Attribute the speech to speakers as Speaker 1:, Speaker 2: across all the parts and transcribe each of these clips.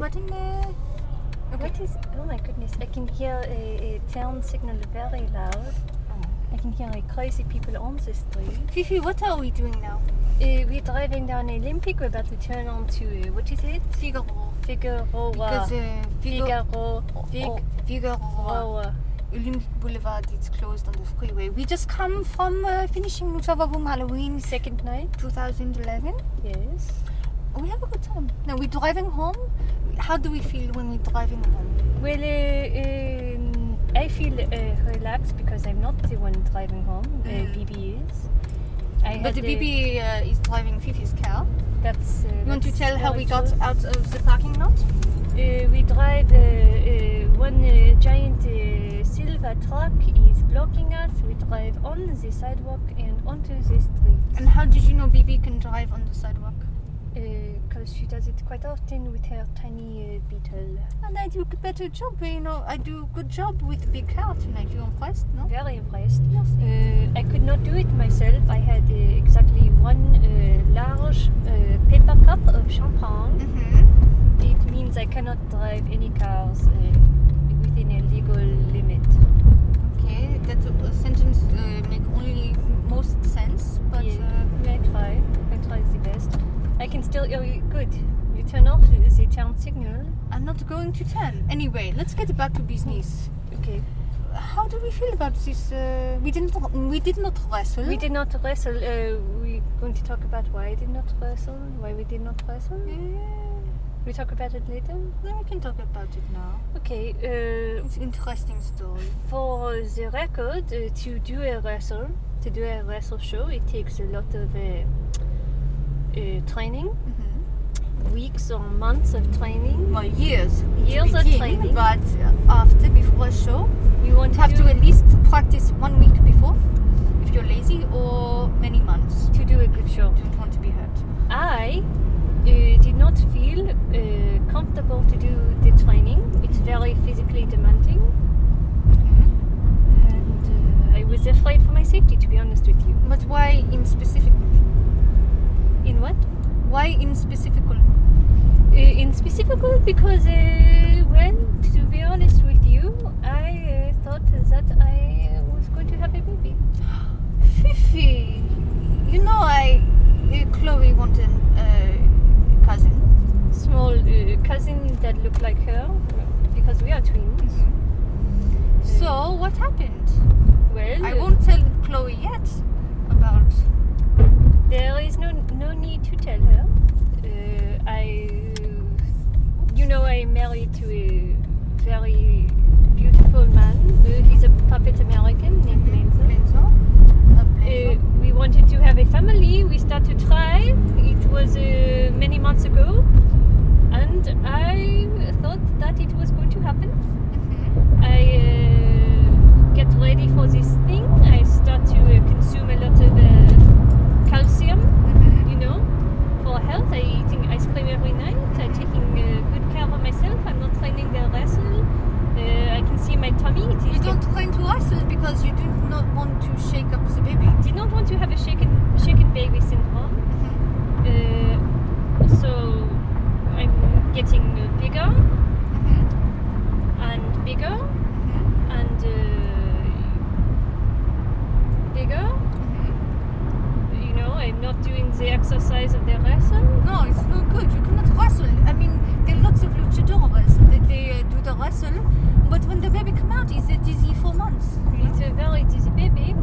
Speaker 1: What in the?
Speaker 2: What is? Oh my goodness! I can hear a, a town signal very loud. I can hear like crazy people on the street.
Speaker 1: Fifi, what are we doing now?
Speaker 2: Uh, we're driving down Olympic. We're about to turn on to uh, what is it?
Speaker 1: Figaro.
Speaker 2: Figueroa.
Speaker 1: Because uh, Figaro, Oh.
Speaker 2: Figaro. uh,
Speaker 1: Fig- uh,
Speaker 2: Figueroa.
Speaker 1: Olympic Boulevard is closed on the freeway. We just come from uh, finishing Mushava Boom Halloween
Speaker 2: Second night.
Speaker 1: 2011.
Speaker 2: Yes.
Speaker 1: Oh, We have a good time. Now we're driving home. How do we feel when we're driving home?
Speaker 2: Well, uh, um, I feel uh, relaxed because I'm not the one driving home. uh, The
Speaker 1: Mm.
Speaker 2: BB is. I
Speaker 1: but
Speaker 2: had
Speaker 1: the
Speaker 2: a-
Speaker 1: BB uh, is driving Fifi's car.
Speaker 2: That's. Uh,
Speaker 1: You want to
Speaker 2: that's
Speaker 1: tell how
Speaker 2: it
Speaker 1: we got
Speaker 2: was.
Speaker 1: out of the parking lot?
Speaker 2: Uh, we drive uh, uh, one uh, giant uh, silver truck is blocking us. We drive on the sidewalk and onto the
Speaker 1: And
Speaker 2: street
Speaker 1: how did you know BB can drive on the sidewalk?
Speaker 2: because Uh, she does it quite often with her tiny uh, beetle.
Speaker 1: And I do a better job. You know, I do good job with big car tonight. You impressed? No.
Speaker 2: Very impressed.
Speaker 1: Yes.
Speaker 2: Uh, I could not do it myself. I had uh, exactly one uh, large uh, paper cup of champagne.
Speaker 1: Mm-hmm.
Speaker 2: It means I cannot drive any cars uh, within a legal limit.
Speaker 1: Okay, that uh, sentence uh, make only most sense. But
Speaker 2: Yeah.
Speaker 1: uh,
Speaker 2: I try. I try the best. I can still. Oh, you- good. You turn off the, the town signal.
Speaker 1: I'm not going to turn. Anyway, let's get back to business.
Speaker 2: Okay.
Speaker 1: How do we feel about this? Uh, we didn't. We did not wrestle.
Speaker 2: We did not wrestle. Uh, we're going to talk about why I did not wrestle. Why we did not wrestle.
Speaker 1: Yeah,
Speaker 2: We talk about it later.
Speaker 1: Uh, we can talk about it now.
Speaker 2: Okay. Uh,
Speaker 1: It's interesting story.
Speaker 2: For the record, uh, to do a wrestle, to do a wrestle show, it takes a lot of uh, uh, training,
Speaker 1: Mm-hmm.
Speaker 2: weeks or months of training.
Speaker 1: Well, years. to
Speaker 2: Years of
Speaker 1: begin,
Speaker 2: training.
Speaker 1: But after, before a show,
Speaker 2: We want
Speaker 1: you
Speaker 2: to
Speaker 1: have
Speaker 2: do
Speaker 1: to at least practice one week before, if you're lazy, or many months.
Speaker 2: to do a good show.
Speaker 1: Don't want to be hurt.
Speaker 2: I uh, did not feel uh, comfortable to do the training. It's very physically demanding,
Speaker 1: Mm-hmm.
Speaker 2: and uh, I was afraid for my safety. To be honest with you,
Speaker 1: But why in specific?
Speaker 2: in what?
Speaker 1: Why in specific?
Speaker 2: Uh, in specific because uh, well to be honest with you i uh, thought that i uh, was going to have a baby
Speaker 1: Fifi, you know I, uh, Chloe wanted uh, a cousin.
Speaker 2: small uh, cousin that looked like her because we are twins
Speaker 1: So what happened?
Speaker 2: well
Speaker 1: Mm-hmm. I
Speaker 2: uh,
Speaker 1: won't tell Chloe yet about.
Speaker 2: there is no no need to tell her uh, i you know i'm married to a very beautiful man Uh, he's a puppet american named Lenzo.
Speaker 1: Lenzo. Uh,
Speaker 2: Mm-hmm. Uh,
Speaker 1: Lenzo.
Speaker 2: we wanted to have a family. We started to try. It was uh, many months ago, and I thought that it was going to happen.
Speaker 1: Mhm.
Speaker 2: I uh, get ready for this thing. I start to uh, consume a lot of uh, calcium,
Speaker 1: Mhm.
Speaker 2: you know, for health. I eating ice cream every night. I taking uh, good care of myself. I'm not training the wrestle. Uh, I can see my tummy. It is
Speaker 1: You don't plan to wrestle because you do not want to shake up the baby.
Speaker 2: did not want to have a shaken shaken baby syndrome. Uh, so I'm getting bigger
Speaker 1: Mhm.
Speaker 2: and bigger
Speaker 1: Mhm.
Speaker 2: and uh, bigger.
Speaker 1: Mhm.
Speaker 2: You know, I'm not doing the exercise of the wrestle.
Speaker 1: No, it's not good. You cannot wrestle. I mean, there are lots of luchadores that they uh, do the wrestle, but when the baby come out, it's a dizzy for months. you know?
Speaker 2: It's a very dizzy baby.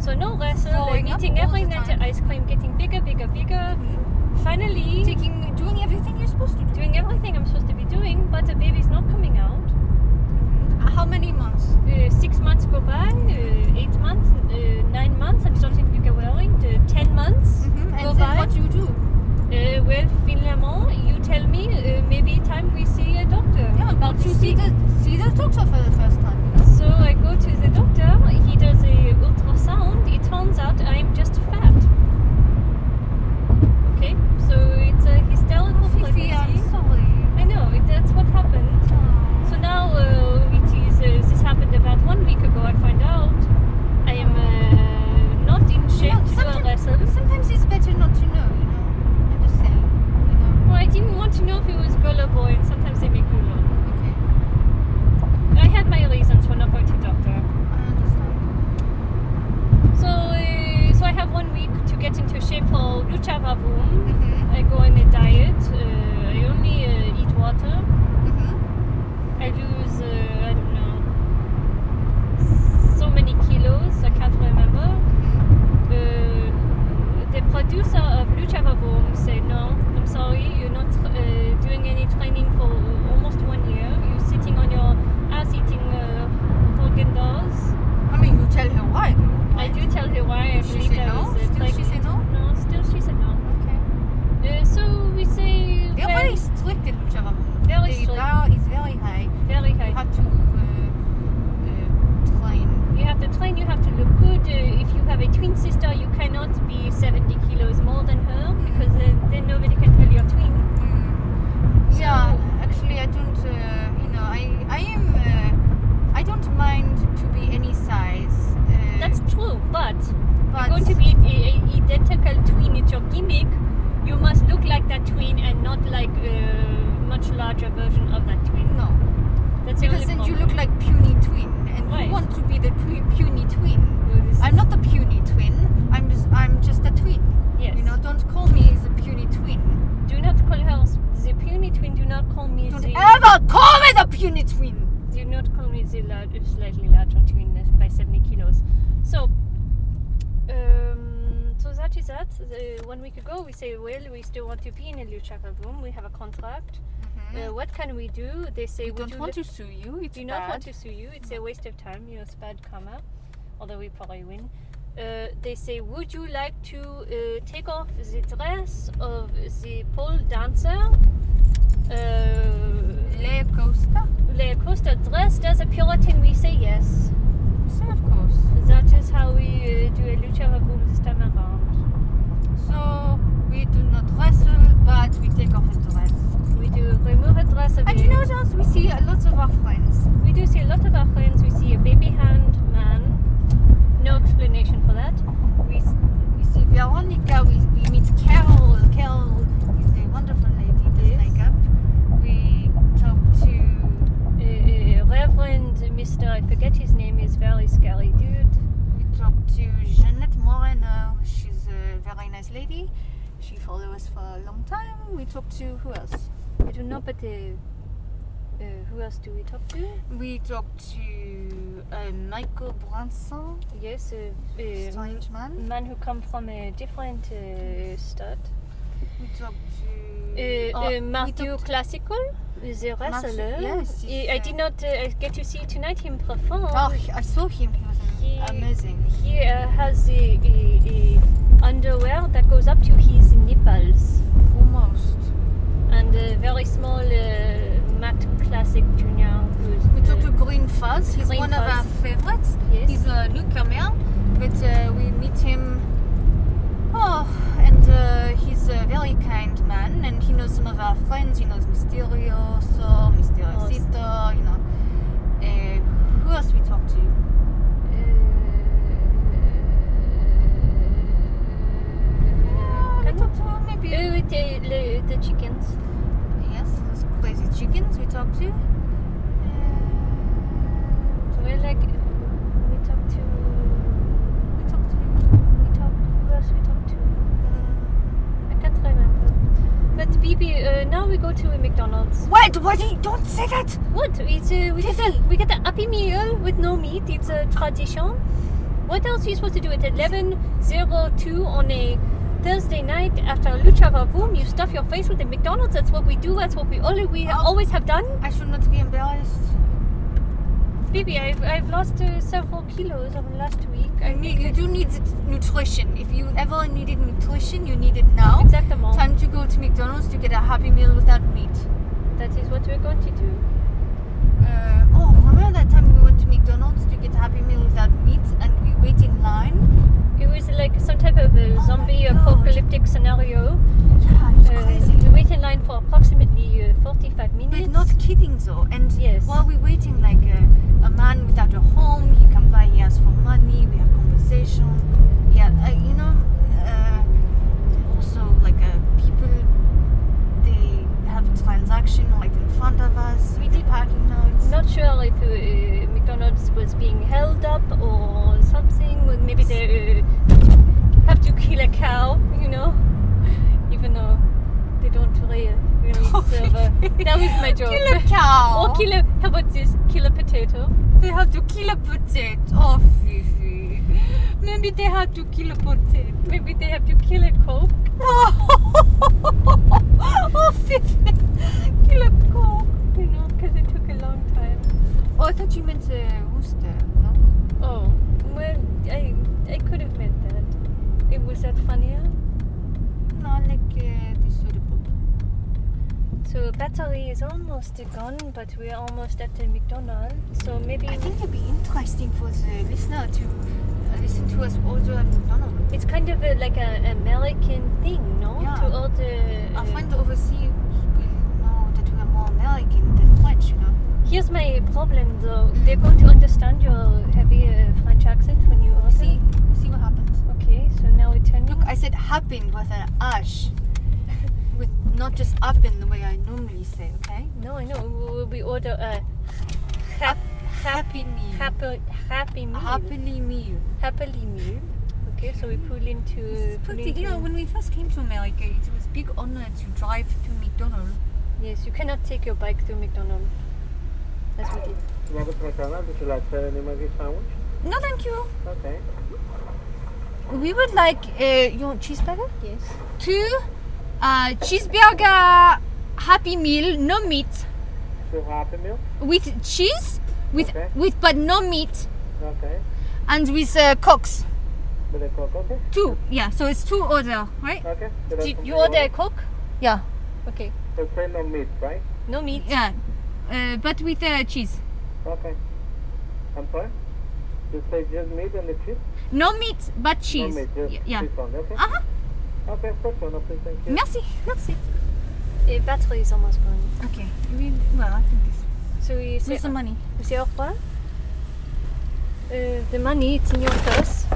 Speaker 2: So no wrestle. I'm
Speaker 1: Growing up
Speaker 2: eating
Speaker 1: all
Speaker 2: every
Speaker 1: the
Speaker 2: night
Speaker 1: time.
Speaker 2: ice cream, getting bigger, bigger, bigger.
Speaker 1: Mhm.
Speaker 2: Finally,
Speaker 1: Taking, doing everything you're supposed to do.
Speaker 2: doing everything I'm supposed to be doing, but the baby's not coming out.
Speaker 1: How many months?
Speaker 2: Uh, six months go by, uh, eight months, uh, nine months. I'm starting to get worried. Uh, ten months.
Speaker 1: Mhm.
Speaker 2: Go
Speaker 1: And then
Speaker 2: by.
Speaker 1: what you do?
Speaker 2: Uh,
Speaker 1: Mm-hmm.
Speaker 2: well, finalement, you tell me. Uh, maybe time we see a doctor.
Speaker 1: Yeah, but
Speaker 2: to
Speaker 1: you see
Speaker 2: see-
Speaker 1: the see the doctor for the first time. you know?
Speaker 2: So I go to the doctor. He does a ultrasound. It turns out I'm just fat. Okay, so it's a hysterical
Speaker 1: Fifi, I'm
Speaker 2: pregnancy.
Speaker 1: sorry.
Speaker 2: I know it, that's what happened. So now uh, it is. Uh, this happened about one week ago. I find out I am uh, not in shape
Speaker 1: No,
Speaker 2: to do a
Speaker 1: something-
Speaker 2: wrestle.
Speaker 1: Sometimes it's better not to know, you know. I'm just saying, you know.
Speaker 2: Well, I didn't want to know if it was girl or boy, and sometimes uh, for Luchavavum.
Speaker 1: Mhm.
Speaker 2: I go on a diet. Uh, I only uh, eat water.
Speaker 1: Mhm.
Speaker 2: I lose, uh, I don't know, so many kilos. I can't remember.
Speaker 1: Mhm.
Speaker 2: Uh, the producer of Luchavavum said, No, I'm sorry, you're not uh, doing any training for almost one year. You're sitting on your ass eating uh, Haagen Dazs.
Speaker 1: I mean, you tell her why. though,
Speaker 2: I
Speaker 1: right?
Speaker 2: do tell her why I
Speaker 1: She
Speaker 2: believe
Speaker 1: said
Speaker 2: that
Speaker 1: no?
Speaker 2: was uh,
Speaker 1: Still she said
Speaker 2: pregnant. No, still she said no.
Speaker 1: Okay.
Speaker 2: Uh, so we say
Speaker 1: They're
Speaker 2: well,
Speaker 1: very strict in Luxembourg.
Speaker 2: Very
Speaker 1: the
Speaker 2: strict.
Speaker 1: bar is very high.
Speaker 2: very
Speaker 1: You
Speaker 2: high.
Speaker 1: have to uh, uh, train.
Speaker 2: You have to train, you have to look good. Uh, if you have a twin sister, you cannot be 70 kilos more than her
Speaker 1: Mm-hmm.
Speaker 2: because then, then nobody can tell your twin.
Speaker 1: Mm. Yeah, actually, I don't. Uh, you know, I I am. Uh, I don't mind to be any size. Uh,
Speaker 2: That's true, but
Speaker 1: but
Speaker 2: going to be a, a identical twin it's your gimmick you must look like that twin and not like a much larger version of that twin
Speaker 1: no,
Speaker 2: that's the
Speaker 1: because
Speaker 2: only
Speaker 1: then you
Speaker 2: problem.
Speaker 1: look like puny twin, and
Speaker 2: Right.
Speaker 1: you want to be the pu- puny twin.
Speaker 2: Well, this
Speaker 1: I'm not the puny twin. I'm just I'm just a twin.
Speaker 2: yes
Speaker 1: You know, don't call me the puny twin.
Speaker 2: do not call her s- the puny twin do not call me
Speaker 1: Don't
Speaker 2: the
Speaker 1: ever call me the puny twin.
Speaker 2: do not call me the lar- slightly larger twin that's by 70 kilos so um, so that is that. The, one week ago, we say, well, we still want to be in a Luchaka room. We have a contract.
Speaker 1: Mm-hmm.
Speaker 2: Uh, what can we do? They say
Speaker 1: We
Speaker 2: "Would
Speaker 1: don't
Speaker 2: you
Speaker 1: want
Speaker 2: li-
Speaker 1: to sue you. It's
Speaker 2: do not want
Speaker 1: bad.
Speaker 2: to sue you. It's a waste of time. You know, it's bad karma. Although we probably win. Uh, they say, would you like to uh, take off the dress of the pole dancer? Uh,
Speaker 1: Lea Costa.
Speaker 2: Lea Costa dressed as a Puritan. We say yes.
Speaker 1: So of course.
Speaker 2: That is how we uh, do a lucha revum this time around.
Speaker 1: So we do not wrestle, but we take off the dress.
Speaker 2: We do remove a dress of.
Speaker 1: And
Speaker 2: a-
Speaker 1: you know what else? We see a lot of our friends.
Speaker 2: We do see a lot of our friends. We see a baby hand man. No explanation for that. We s-
Speaker 1: We see Veronica. We, we meet Carol. Carol is a wonderful lady. Does
Speaker 2: Yes.
Speaker 1: makeup. We talk to
Speaker 2: uh, uh, Reverend Mr. I forget his name is very scary dude.
Speaker 1: we talk to Jeanette Moreno. She's a very nice lady. She followed us for a long time. We talk to who else?
Speaker 2: I don't know, but uh, uh, who else do we talk to?
Speaker 1: We talk to uh, Michael Branson,
Speaker 2: Yes, a uh,
Speaker 1: strange man.
Speaker 2: man who come from a different uh, stud.
Speaker 1: We talk
Speaker 2: Uh,
Speaker 1: to
Speaker 2: uh,
Speaker 1: Oh, we
Speaker 2: Matthew
Speaker 1: talk to-
Speaker 2: Classical, the wrestler.
Speaker 1: yes, he's,
Speaker 2: I
Speaker 1: uh,
Speaker 2: did not uh, get to see tonight him perform.
Speaker 1: Oh, he- I saw him. He was
Speaker 2: He-
Speaker 1: amazing.
Speaker 2: He uh, has a, a, a underwear that goes up to his nipples
Speaker 1: Almost.
Speaker 2: and a very small uh, Matt Classic Junior. Who's
Speaker 1: We talked to Green Fuzz. He's
Speaker 2: Green
Speaker 1: one of
Speaker 2: Fuzz.
Speaker 1: our favorites.
Speaker 2: Yes.
Speaker 1: He's a newcomer, but uh, we meet him. Oh, and uh, he's a very kind man, and he knows some of our friends. He knows Mysterioso, Mysteriosito, you know. Uh, who else we talked to? Uh, we talked to maybe.
Speaker 2: Oh, the, the, the chickens.
Speaker 1: Yes, those crazy chickens we talked to. Uh,
Speaker 2: We're like, we talk to,
Speaker 1: we talked to.
Speaker 2: we talk, who else we talk to? I can't remember. But Bibi, uh, now we go to a McDonald's.
Speaker 1: Wait, what? do you- Don't say that!
Speaker 2: What? It's uh, we get a we get a happy meal with no meat. It's a tradition. What else are you supposed to do at eleven zero two on a Thursday night after Lucha Vavoom? You stuff your face with a McDonald's. That's what we do. That's what we all we
Speaker 1: Oh.
Speaker 2: always have done.
Speaker 1: I should not be embarrassed.
Speaker 2: Baby, I've I've lost uh, several kilos over last week.
Speaker 1: I mean, you do need the nutrition. If you ever needed nutrition, you need it now.
Speaker 2: Exactly.
Speaker 1: Time to go to McDonald's to get a happy meal without meat.
Speaker 2: That is what we're going to do.
Speaker 1: Uh, oh, remember that time we went to McDonald's to get a happy meal without meat and we wait in line?
Speaker 2: It was like some type of a
Speaker 1: my
Speaker 2: zombie
Speaker 1: God.
Speaker 2: apocalyptic scenario.
Speaker 1: Yeah, it was
Speaker 2: Uh,
Speaker 1: crazy.
Speaker 2: we wait in line for approximately uh, forty-five minutes.
Speaker 1: We're not kidding though. And
Speaker 2: Yes.
Speaker 1: while we're waiting, like uh, a, a man without a home, he comes by, he asks for money, we have conversation. Yeah, uh, you know, uh, also like uh, people, they have transaction like in front of us.
Speaker 2: We
Speaker 1: in the
Speaker 2: did-
Speaker 1: parking lots.
Speaker 2: Not sure if uh, McDonald's was being held up or something. or Maybe they uh, have to kill a cow, you know, Silva. uh, That was my joke.
Speaker 1: Kill a cow.
Speaker 2: Or kill a, how about this? Kill a potato.
Speaker 1: They have to kill a potato. Oh, Fifi. Maybe they have to kill a potato.
Speaker 2: Maybe they have to kill a coke.
Speaker 1: oh, Fifi. Kill a cow.
Speaker 2: You know, because it took a long time.
Speaker 1: Oh, I thought you meant a rooster. No?
Speaker 2: Oh, well, I I could have meant that. It was that funnier.
Speaker 1: No, like uh, this sort of book.
Speaker 2: So battery is almost gone, but we're almost at the McDonald's. So maybe
Speaker 1: I think it'd be interesting for the listener to uh, listen to us order at McDonald's.
Speaker 2: it's kind of a, like an American thing, no?
Speaker 1: Yeah.
Speaker 2: To order.
Speaker 1: Our friend overseas will know that we are more American than French, you know.
Speaker 2: Here's my problem, though.
Speaker 1: Mm.
Speaker 2: They're going to understand your heavy uh, French accent when you order.
Speaker 1: We'll see. We'll see what happens.
Speaker 2: Okay, so now we turn.
Speaker 1: Look, I said happened with an ash. With not just happen the way I normally say, okay?
Speaker 2: No, I know. We- We, we order a hap,
Speaker 1: Happy meal.
Speaker 2: happy happy meal.
Speaker 1: Happily meal.
Speaker 2: happily meal. Okay, so we pull into.
Speaker 1: This is
Speaker 2: pull
Speaker 1: pretty, you
Speaker 2: into-
Speaker 1: know, when we first came to America, it was big honor to drive to McDonald's.
Speaker 2: Yes, you cannot take your bike to McDonald's. That's what it.
Speaker 3: Another McDonald's, would you like to any of these sandwich?
Speaker 1: No, thank you.
Speaker 3: Okay.
Speaker 1: We would like uh, your cheeseburger.
Speaker 2: Yes.
Speaker 1: Two uh, cheeseburger happy meal, no meat,
Speaker 3: Two happy meal?
Speaker 1: with cheese, with
Speaker 3: Okay.
Speaker 1: with but no meat,
Speaker 3: Okay.
Speaker 1: and with uh, cokes.
Speaker 3: With a coke, okay?
Speaker 1: Two, yeah. So it's two order, right?
Speaker 3: Okay. Would I
Speaker 2: Did
Speaker 3: come
Speaker 2: you
Speaker 3: to
Speaker 2: order a coke?
Speaker 1: Yeah.
Speaker 2: Okay.
Speaker 3: So say no meat, right?
Speaker 2: No meat.
Speaker 1: Yeah, uh, but with uh, cheese.
Speaker 3: Okay. I'm sorry? You say just meat and the cheese?
Speaker 1: No meat, but cheese.
Speaker 3: No meat,
Speaker 1: Y-
Speaker 3: just
Speaker 1: yeah.
Speaker 3: cheese only, okay?
Speaker 1: Uh-huh.
Speaker 3: Okay, first one, please, thank you.
Speaker 1: Merci. Merci.
Speaker 2: The battery is almost gone.
Speaker 1: Okay. We, well, I think this.
Speaker 2: So we say,
Speaker 1: Here's the money.
Speaker 2: we say au revoir. Uh, the money, it's in your purse.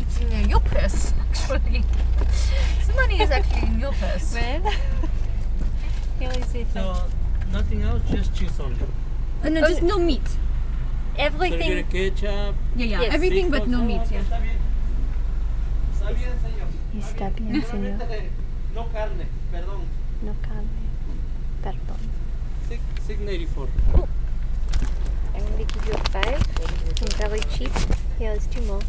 Speaker 1: It's in uh, your purse, actually. the money is actually in your purse.
Speaker 2: Well, here is it.
Speaker 4: So nothing else, just cheese only.
Speaker 1: Uh, no, just no meat.
Speaker 4: So you
Speaker 2: Everything.
Speaker 4: get ketchup.
Speaker 1: Yeah, yeah.
Speaker 2: Yes.
Speaker 1: Everything but no meat. Yeah.
Speaker 4: Está bien. Está bien, señor.
Speaker 2: Está bien, señor.
Speaker 4: Solamente No carne, perdón.
Speaker 2: No carne. Perdón.
Speaker 4: Six, 684.
Speaker 2: I'm gonna give you a five. It's very cheap. Here is two more.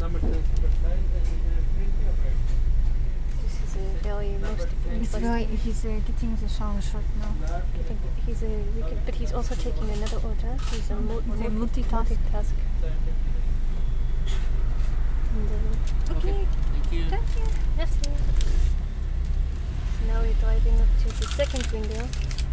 Speaker 4: Number 10 super size and you get a
Speaker 2: This is a very most.
Speaker 1: It's
Speaker 2: most-
Speaker 1: very. He's uh, getting the shower shot now.
Speaker 2: I think He's a wicked, but he's also taking another order. He's a mul-
Speaker 1: He's a
Speaker 2: mul-
Speaker 1: multitask.
Speaker 2: multitask. And, uh,
Speaker 4: Okay. Thank you.
Speaker 1: Thank you.
Speaker 2: merci. So now we're driving up to the second window.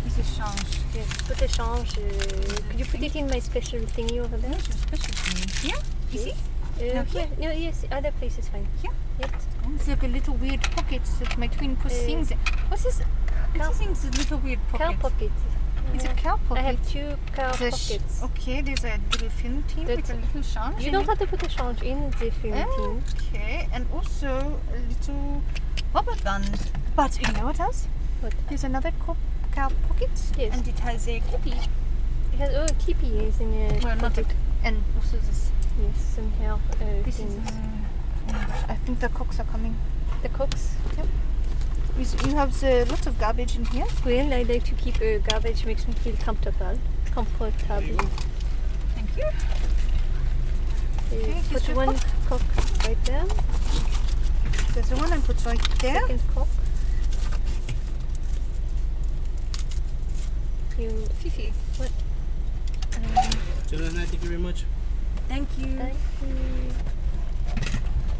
Speaker 1: This is shower.
Speaker 2: Yes, put the change. Uh, could you put it in my special thingy over there?
Speaker 1: special thing. Yeah. You see?
Speaker 2: Uh,
Speaker 1: Now here?
Speaker 2: here. No, yes, other place is fine.
Speaker 1: Here?
Speaker 2: Yes.
Speaker 1: Oh, It's like a little weird pockets that my twin puts
Speaker 2: Uh,
Speaker 1: things. in. What's this?
Speaker 2: cow-
Speaker 1: What's this in the little weird
Speaker 2: Cow
Speaker 1: pockets?
Speaker 2: pocket.
Speaker 1: It's a
Speaker 2: Yeah.
Speaker 1: cow
Speaker 2: I
Speaker 1: pocket.
Speaker 2: have two cow pockets.
Speaker 1: okay, there's a little film team
Speaker 2: That's-
Speaker 1: with a little change.
Speaker 2: You
Speaker 1: in
Speaker 2: don't
Speaker 1: it.
Speaker 2: have to put the change in the film
Speaker 1: Oh.
Speaker 2: tin.
Speaker 1: Okay, and also a little rubber band. But you know what else?
Speaker 2: What?
Speaker 1: There's another co- cow pocket,
Speaker 2: Yes.
Speaker 1: and it has a copy.
Speaker 2: It has oh, keepy is in a
Speaker 1: Well, not a,
Speaker 2: pocket.
Speaker 1: and also this.
Speaker 2: Yes, some hair uh,
Speaker 1: This is.
Speaker 2: things.
Speaker 1: oh my gosh, I think the cocks are coming.
Speaker 2: The cooks.
Speaker 1: You s- You have the lots of garbage in here.
Speaker 2: Well, I like to keep uh, garbage. Makes me feel comfortable. Comfortable.
Speaker 1: Thank you.
Speaker 2: Uh,
Speaker 1: Okay, here's
Speaker 2: put
Speaker 1: your
Speaker 2: one cock right there.
Speaker 1: There's the one I put right there.
Speaker 2: Second cock. You
Speaker 1: Fifi.
Speaker 2: What?
Speaker 1: Um,
Speaker 4: Children, thank you very much.
Speaker 1: thank you.
Speaker 2: thank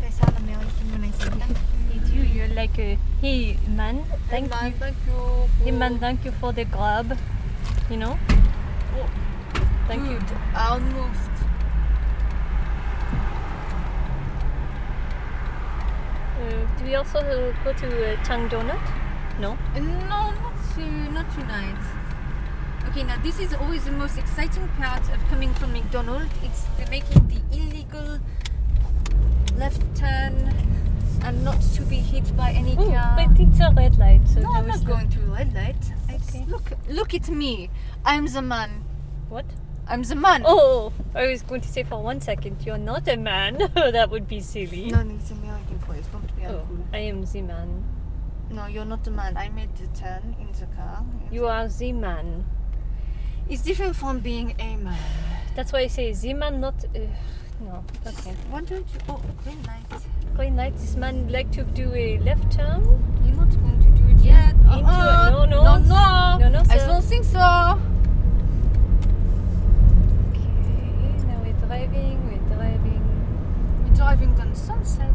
Speaker 1: They sound American when I say thank
Speaker 2: you. You're like a hey man. Thank
Speaker 1: you.
Speaker 2: you.
Speaker 1: Thank you.
Speaker 2: Hey man, thank you for the grab. You know.
Speaker 1: Oh.
Speaker 2: Thank you.
Speaker 1: Good. Almost.
Speaker 2: Uh, do we also uh, go to uh, Tang Donut? No.
Speaker 1: No, not too, not tonight. Okay, now this is always the most exciting part of coming from McDonald's. It's the making the illegal left turn and not to be hit by any
Speaker 2: Ooh,
Speaker 1: car.
Speaker 2: Oh, but it's a red light. So
Speaker 1: no, I'm
Speaker 2: there is
Speaker 1: not going to red light. I just-
Speaker 2: Okay.
Speaker 1: look, look at me. I'm the man.
Speaker 2: What?
Speaker 1: I'm the man.
Speaker 2: Oh, I was going to say for one second, you're not a man. that would be silly.
Speaker 1: No, it's American voice. Don't be
Speaker 2: Oh,
Speaker 1: uncool.
Speaker 2: I am the man.
Speaker 1: No, you're not the man. I made the turn in the car.
Speaker 2: You are the man.
Speaker 1: It's different from being a man.
Speaker 2: That's why I say the man, not. Uh, no. Okay.
Speaker 1: Why don't you? Oh, green light.
Speaker 2: Green light. This man like to do a left turn.
Speaker 1: You're not going to do it yet.
Speaker 2: Into
Speaker 1: Uh-uh.
Speaker 2: it. No, no.
Speaker 1: no, no.
Speaker 2: No, no,
Speaker 1: I
Speaker 2: sir.
Speaker 1: don't think so.
Speaker 2: Okay. Now we're driving. We're driving.
Speaker 1: We're driving on Sunset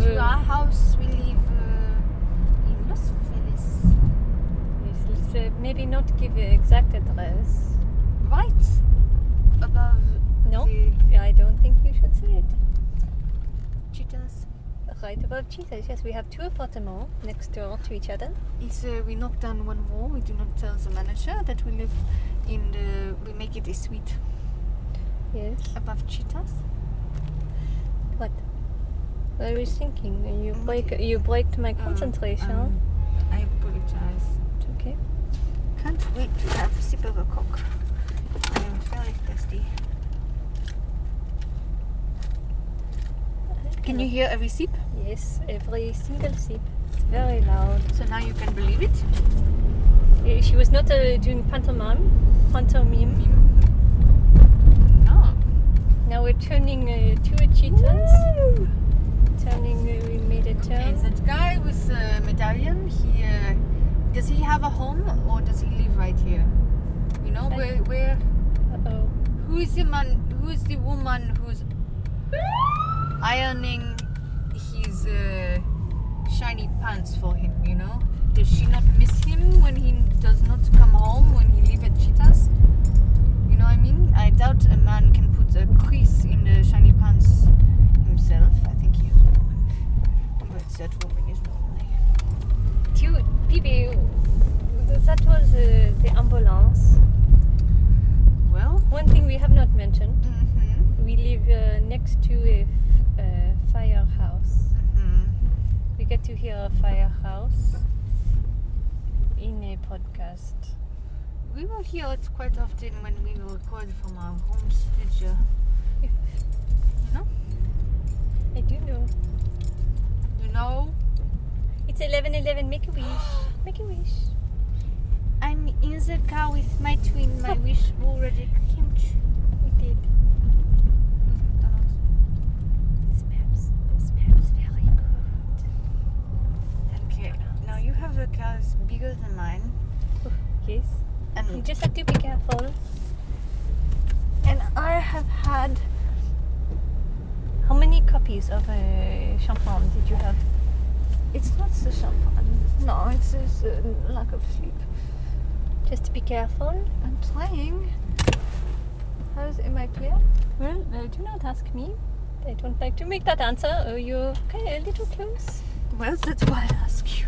Speaker 1: to
Speaker 2: Uh,
Speaker 1: our house. We live uh, in Los Feliz.
Speaker 2: yes, let's, uh, maybe not give the exact address.
Speaker 1: Right above
Speaker 2: No.
Speaker 1: the
Speaker 2: I don't think you should say it.
Speaker 1: cheetahs.
Speaker 2: Right above cheetahs. Yes, we have two apartments next door to each other.
Speaker 1: If uh, we knock down one wall, we do not tell the manager that we live in the. We make it a suite
Speaker 2: Yes.
Speaker 1: above cheetahs.
Speaker 2: What? I was thinking, and you
Speaker 1: Mm,
Speaker 2: break
Speaker 1: okay.
Speaker 2: you breaked my
Speaker 1: Um,
Speaker 2: concentration.
Speaker 1: um, I apologize.
Speaker 2: It's okay.
Speaker 1: Can't wait to have a sip of a coke. I am very thirsty. Can you hear every sip?
Speaker 2: Yes, every single sip. It's very loud.
Speaker 1: So now you can believe it.
Speaker 2: Yeah, She was not uh, doing pantomime. Pantomime.
Speaker 1: No.
Speaker 2: Now we're turning uh, two cheetahs. Turning, uh, we made a
Speaker 1: Okay,
Speaker 2: turn.
Speaker 1: that guy with the medallion, he uh, does he have a home or does he live right here? You know
Speaker 2: I-
Speaker 1: where where
Speaker 2: oh,
Speaker 1: who is the man who is the woman who's ironing his uh, shiny pants for him, you know? Does she not miss him when he does not come home when he leave at Cheetahs? You know what I mean? I doubt a man can put a crease in the shiny pants himself. I think he is a woman. But that woman is lonely.
Speaker 2: two Phoebe. That was uh, the ambulance.
Speaker 1: Well,
Speaker 2: One thing we have not mentioned.
Speaker 1: mm-hmm,
Speaker 2: We live uh, next to a f- uh, firehouse.
Speaker 1: mm-hmm.
Speaker 2: We get to hear a firehouse in a podcast.
Speaker 1: We will hear it quite often when we record from our home studio. You know?
Speaker 2: I do know.
Speaker 1: You know?
Speaker 2: It's 11:11. Make a wish. Make a wish.
Speaker 1: I'm in the car with my twin. My wish already came true.
Speaker 2: We did.
Speaker 1: With McDonald's.
Speaker 2: It smells. It smells very good.
Speaker 1: Okay. Now you have a car that's bigger than mine.
Speaker 2: Yes. You
Speaker 1: And,
Speaker 2: just have to be careful.
Speaker 1: and I have had
Speaker 2: How many copies of uh, champagne did you have?
Speaker 1: it's not the champagne. No, it's just uh, lack of sleep.
Speaker 2: Just be careful.
Speaker 1: I'm playing. How's am I clear?
Speaker 2: Well, uh, do not ask me. I don't like to make that answer. Are you okay? A little close.
Speaker 1: Well, that's why I ask you.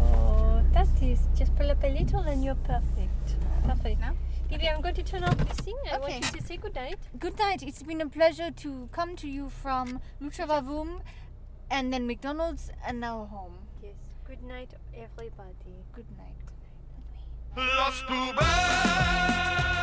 Speaker 2: Oh, that is just pull up a little and you're perfect. Perfect.
Speaker 1: No?
Speaker 2: Phoebe, I'm going to turn off this thing. I
Speaker 1: Okay.
Speaker 2: want you to say goodnight.
Speaker 1: Good night. It's been a pleasure to come to you from Luchavavoom and then McDonald's and now home.
Speaker 2: Yes. Good night, everybody.
Speaker 1: Good night.
Speaker 5: Los poubelles